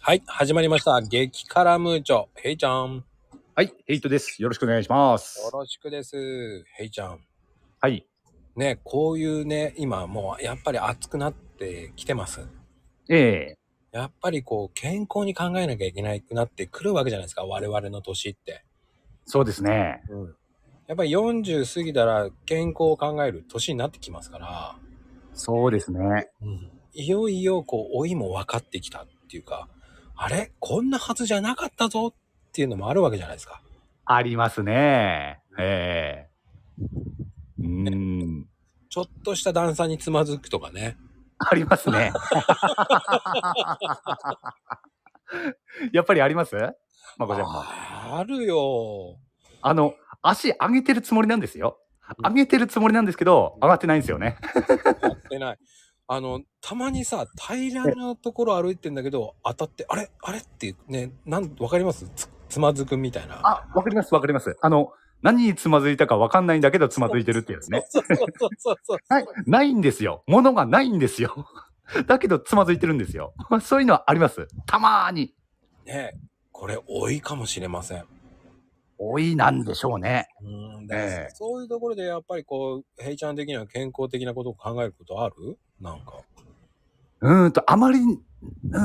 はい、始まりました。激辛ムーチョ。ヘイちゃん。はい、ヘイトです。よろしくお願いします。よろしくです。ヘイちゃん。はい。ね、こういうね、今もうやっぱり暑くなってきてます。ええやっぱりこう、健康に考えなきゃいけなくなってくるわけじゃないですか。我々の年って。そうですね。うん。やっぱり40過ぎたら健康を考える年になってきますから。そうですね。うん。いよいよこう、老いも分かってきたっていうか、あれこんなはずじゃなかったぞっていうのもあるわけじゃないですか。ありますね。ええー、うん。ちょっとした段差につまずくとかね。ありますね。 やっぱりありますまこちゃんも。あるよ。あの、足上げてるつもりなんですよ。上げてるつもりなんですけど、上がってないんですよね。上がってない。あの、たまにさ、平らなところ歩いてんだけど、当たって、あれあれっていうね、なん、わかりますつつまずくみたいな。あ、わかります、わかります。あの、何につまずいたかわかんないんだけど、つまずいてるってやつね。そうそうそうそうない。ないんですよ。ものがないんですよ。だけど、つまずいてるんですよ。そういうのはあります。たまーに。ねこれ、多いかもしれません。多いなんでしょうね。うん、ね、そういうところで、やっぱりこう、平ちゃん的には健康的なことを考えることあるなんか。 うんと、あまり、う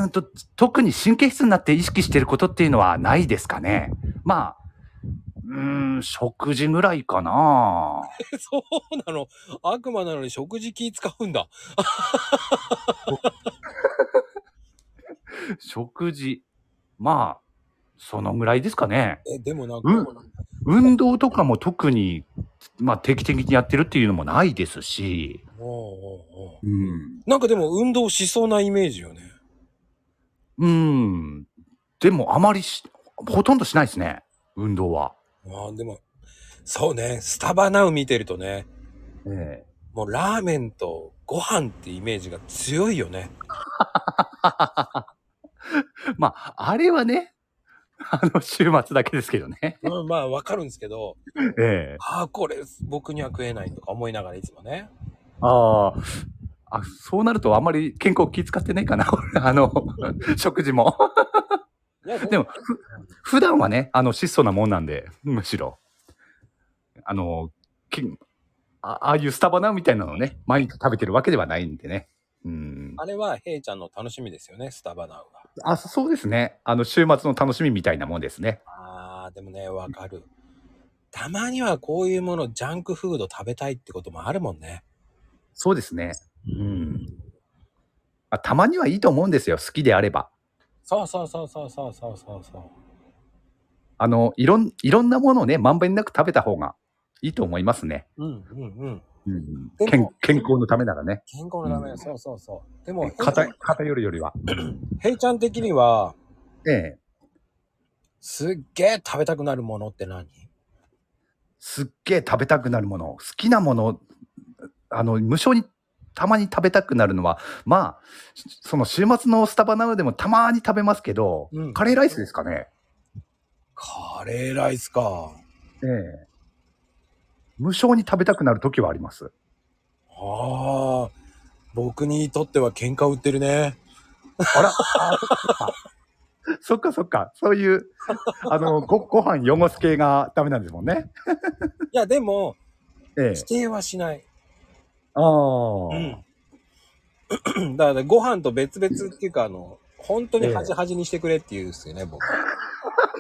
んと、特に神経質になって意識してることっていうのはないですかね。まあ、うん、食事ぐらいかな。そうなの。悪魔なのに食事気使うんだ。食事、まあ、そのぐらいですかね。え、でもなんか、うん、運動とかも特に、まあ、定期的にやってるっていうのもないですし。おうん、なんかでも運動しそうなイメージよね。うん。でもあまりし、ほとんどしないですね。運動は。ああ、でも、そうね。スタバナウ見てるとね。ええ。もうラーメンとご飯ってイメージが強いよね。まあ、あれはね、 あの、週末だけですけどね。うん、まあ、わかるんですけど。ええ。ああ、これ、僕には食えないとか思いながらいつもね。ああ、そうなるとあんまり健康気遣ってないか な、あの、食事も。でも、普段はね、あの、質素なもんなんで、むしろ。あの、ああいうスタバナみたいなのをね、毎日食べてるわけではないんでね。うん、あれは、ヘイちゃんの楽しみですよね、スタバナウは。あ、そうですね。あの、週末の楽しみみたいなもんですね。ああ、でもね、わかる。たまにはこういうもの、ジャンクフード食べたいってこともあるもんね。そうですね。うん。あ、たまにはいいと思うんですよ。好きであれば。そうそうそうそうそうそうそうそう。あの、いろん、いろんなものをね、まんべんなく食べた方がいいと思いますね。うんうんうん。うん、健健康のためならね。健康のため、うん、そうそうそう。でも、偏偏るよりは。ヘイちゃん的には、ええ。すっげえ食べたくなるものって何すっげえ食べたくなるもの。好きなものあの、無性にたまに食べたくなるのは、まあ、その週末のスタバなどでもたまに食べますけど、うん、カレーライスですかね。カレーライスか。ええー、無性に食べたくなる時はあります。ああ、僕にとっては喧嘩売ってるね。あら、あそっかそっか、そういう、あの、ご、ご飯汚す系がダメなんですもんね。いや、でも、ええー、否定はしない。ああ。うん。 だから、ね、ご飯と別々っていうか、あの、本当に端々にしてくれっていうんですよね、ええ、僕。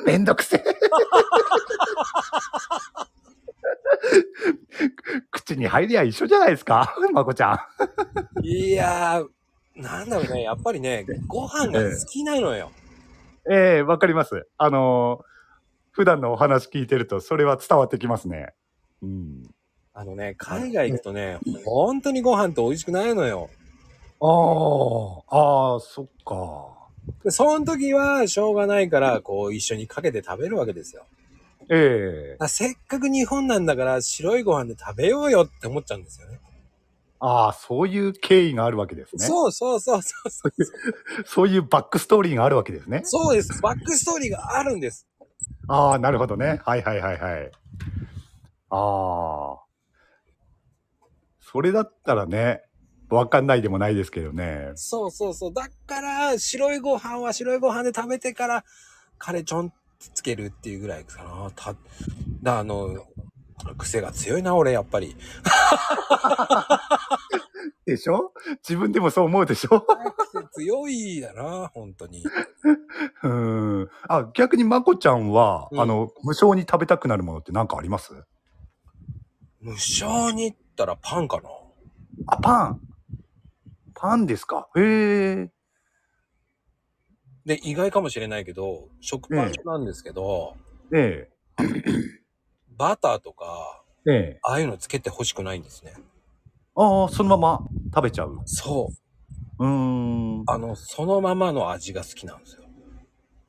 めんどくせえ。 口に入りゃ一緒じゃないですか、 まこちゃん。 いやー、なんだろうね、やっぱりね、ご飯が好きなのよ。ええわ、えかります。あのー、普段のお話聞いてると、それは伝わってきますね。うん。あのね、海外行くとね、本当にご飯って美味しくないのよ。ああ、ああ、そっか。で、その時はしょうがないから、こう一緒にかけて食べるわけですよ。ええー、せっかく日本なんだから白いご飯で食べようよって思っちゃうんですよね。ああ、そういう経緯があるわけですね。そうそうそうそうそう。そういうバックストーリーがあるわけですね。そうです。バックストーリーがあるんです。ああ、なるほどね。はいはいはいはい。ああ。それだったらね、わかんないでもないですけどね。そうそうそう。だから、白いご飯は白いご飯で食べてから、カレーちょんってつけるっていうぐらいかな。た、だ、あの、癖が強いな、俺、やっぱり。でしょ自分でもそう思うでしょ 癖強いだな、本当に。うん。あ、逆にまこちゃんは、うんあの、無償に食べたくなるものって何かあります無償に言ったらパンかな。あ、パン。パンですか。へえ。で、意外かもしれないけど、食パンえなんですけど、えバターとか、え。ええ。ああいうのつけてほしくないんですね。ああ、そのまま食べちゃう。そう。うーん。あの、そのままの味が好きなんですよ。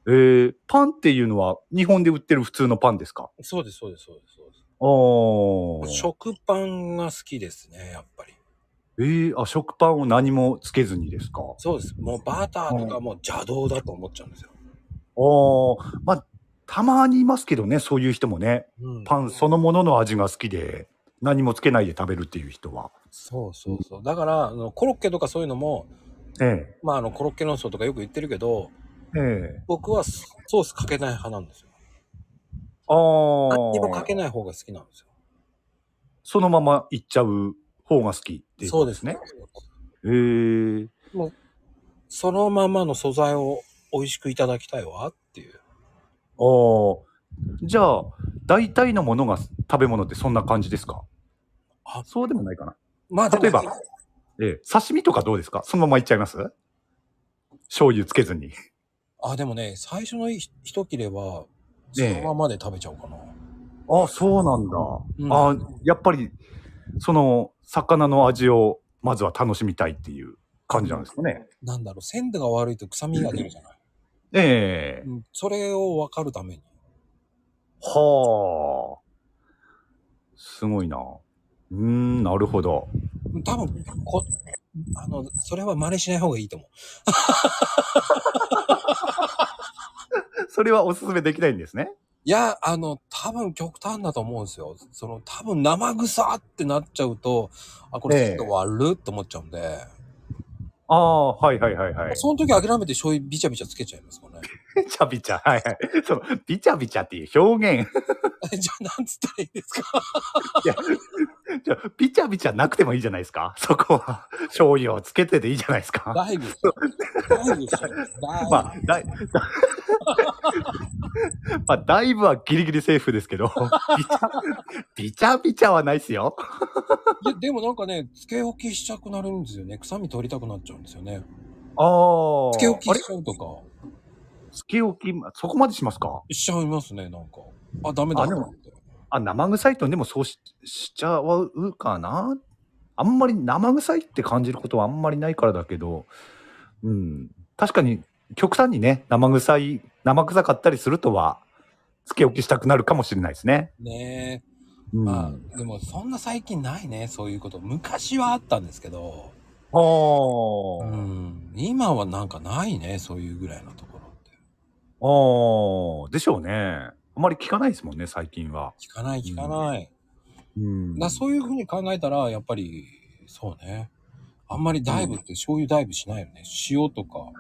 ええパンっていうのは日本で売ってる普通のパンですかそうです、そうです、そうです、そうです。ああ。食パンが好きですね、やっぱり。ええあ、食パンを何もつけずにですかあそうです。もうバターとかもう邪道だと思っちゃうんですよ。あ。まあ、たまにいますけどね、そういう人もね。うんパンそのものの味が好きで、何もつけないで食べるっていう人は。そうそうそう。だから、あのコロッケとかそういうのも、えまあ、あの、コロッケ論争とかよく言ってるけど、え。ええ。僕はソースかけない派なんですよ。ああ。何にもかけない方が好きなんですよ。そのまま行っちゃう方が好きっていうそうことでですすねね。。へえ。そのままの素材を美味しくいただきたいわっていう。ああ。じゃあ、大体のものが食べ物ってそんな感じですかあそうでもないかな。まあ、でも例えばええ、刺身とかどうですかそのままいっちゃいます醤油つけずに。あ、でもね、最初の一一切れは、そねえのままで食べちゃおうかな。ああ、そうなんうんだ。ああ、やっぱり、その、魚の味を、まずは楽しみたいっていう感じなんですかね。なんだろう、鮮度が悪いと臭みが出るじゃない。ええうん、それを分かるために。はあ。すごいな。うーん、なるほど。多分こ、あの、それは真似しない方がいいと思それはおすすめできないんですね。う。いや、あの、多分極端だと思うんですよ。その、多分生臭ってなっちゃうと、あ、これええ鮮度悪って思っちゃうんで、ああ、はいはいはいはい。その時諦めて醤油ビチャビチャつけちゃいますかね。 ビチャビチャ。はいはい。その、ビチャビチャっていう表現。 じゃあ、なんつったらいいですかいや、じゃあビチャビチャなくてもいいじゃないですか。そこは。醤油をつけてでいいじゃないですか。ダイブしちゃう。ダイブしちゃいます。ダイブ。まあ、だい、 だまあ、だいぶはギリギリセーフですけど、 ビチャ、ビチャビチャはないっすよ。ででもなんかね、つけ置きしたくなるんですよね。臭み取りたくなっちゃうんですよね。ああ。つけ置あきれしちゃうとか、つけ置き、そこまでしますかしちゃいますね、なんか。あ、ダメだあでとも思って。あ、生臭いとでもそうししちゃうかな。あんまり生臭いって感じることはあんまりないからだけど、うん。確かに、極端にね、生臭い、生臭かったりするとは、つけ置きしたくなるかもしれないですね。ねえ。うん。まあ、でもそんな最近ないね、そういうこと。昔はあったんですけど、あーうん、今はなんかないね、そういうぐらいのところって。ああ、でしょうね。あまり聞かないですもんね、最近は。聞かない、聞かない。うん。だそういうふうに考えたら、やっぱり、そうね。あんまりダイブって醤油ダイブしないよね。塩とか。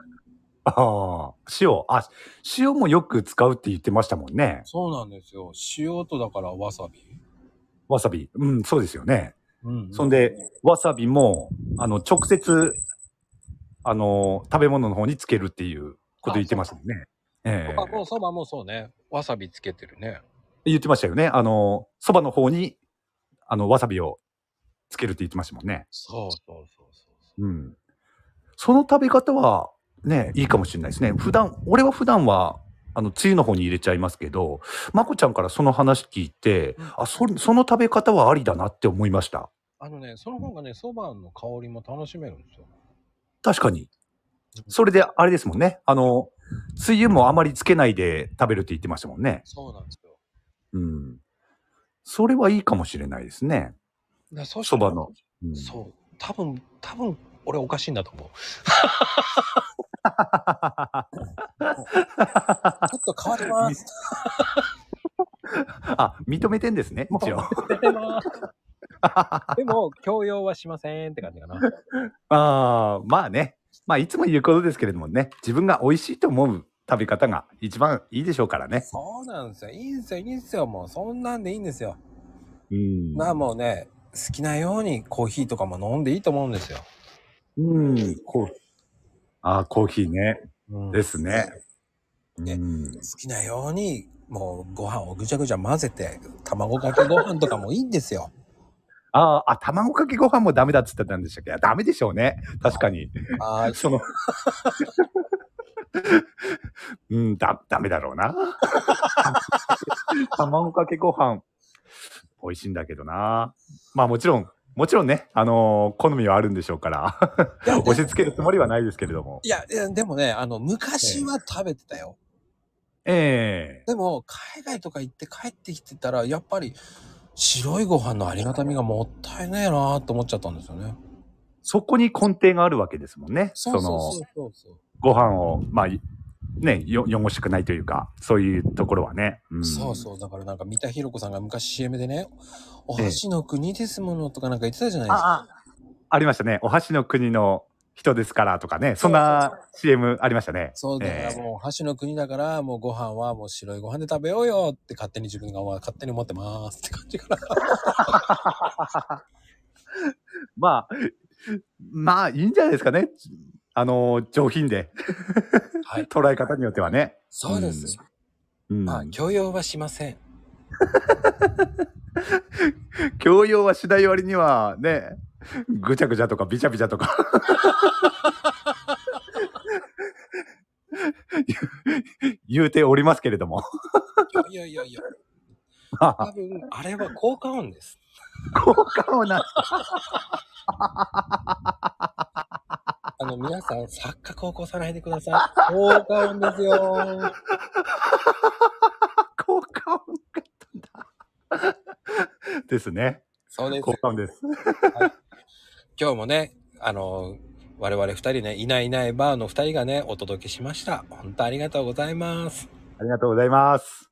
ああ、塩。あ、塩もよく使うって言ってましたもんね。そうなんですよ。塩とだからわさび。わさび。うん、そうですよね。うん、そんで、わさびも、あの、直接、あの、食べ物の方につけるっていうこと言ってましたもんね。ええあ、もうそばもそうね。わさびつけてるね。言ってましたよね。あの、そばの方に、あの、わさびをつけるって言ってましたもんね。そうそうそうそう。うん。その食べ方は、ね、いいかもしれないですね。普段、俺は普段は、あの、つゆの方に入れちゃいますけど、まこちゃんからその話聞いて、うんあ、そ、その食べ方はありだなって思いました。あのね、その方がね、そばの香りも楽しめるんですよ。確かに。それで、あれですもんね。あの、つゆもあまりつけないで食べるって言ってましたもんね。そうなんですよ。うん。それはいいかもしれないですね。だそそばの。。うん、そう。多分、多分、俺おかしいんだと 思う。ちょっと変わります。あ、認めてんですね、一変応。わります でも、強要はしませんって感じかな。ああ、まあね。まあ、いつも言うことですけれどもね、自分が美味しいと思う食べ方が一番いいでしょうからね。そうなんですよ。いいんですよ、いいんですよ。もう、そんなんでいいんですよ。うん。まあもうね、好きなようにコーヒーとかも飲んでいいと思うんですよ。うん、コーヒー。ああ、コーヒーね。うんですね。ねうん。好きなように、もうご飯をぐちゃぐちゃ混ぜて、卵かけご飯とかもいいんですよ。あーあ、卵かけご飯もダメだっつってたんでしたっけいやダメでしょうね。確かに。あーその。 うん、だ、ダメだろ うな。卵かけご飯、美味しいんだけどな。まあもちろん、もちろんね、あのー好みはあるんでしょう から、いや 押し付けるつもりはないですけれども。いや、いやでもね、あの、昔は食べてたよ。ええでも、海外とか行って帰ってきてたら、やっぱり、白いご飯のありがたみがもったいないなーって思っちゃったんですよね。そこに根底があるわけですもんね。そうのそうそうそう。ご飯を、まあ、いね、よ、汚しくないというか、そういうところはね。うん、そうそう。だからなんか、三田寛子さんが昔 CM でね、お箸の国ですものとかなんか言ってたじゃないですか。ああ、ありましたね。お箸の国の人ですからとかね。そんな CM ありましたね。そうだからええもう、お箸の国だから、もうご飯はもう白いご飯で食べようよって勝手に自分が勝手に思ってますって感じ かな。まあ、まあ、いいんじゃないですかね。あの、上品で。はい捉え方によってはね。そうです。うんまあ、強要はしません。強要はしない割には、ね、ぐちゃぐちゃとかびちゃびちゃとか。 言うておりますけれども。いやいやいやいや、多分、あれは効果音です。効果音なんあの、皆さん、錯覚を起こさないでください。効果音ですよ。効果音だったんだ。ですね。そうです効。果音です。今日もね、あの、我々二人ね、いないいないばあの二人がね、お届けしました。本当ありがとうございます。ありがとうございます。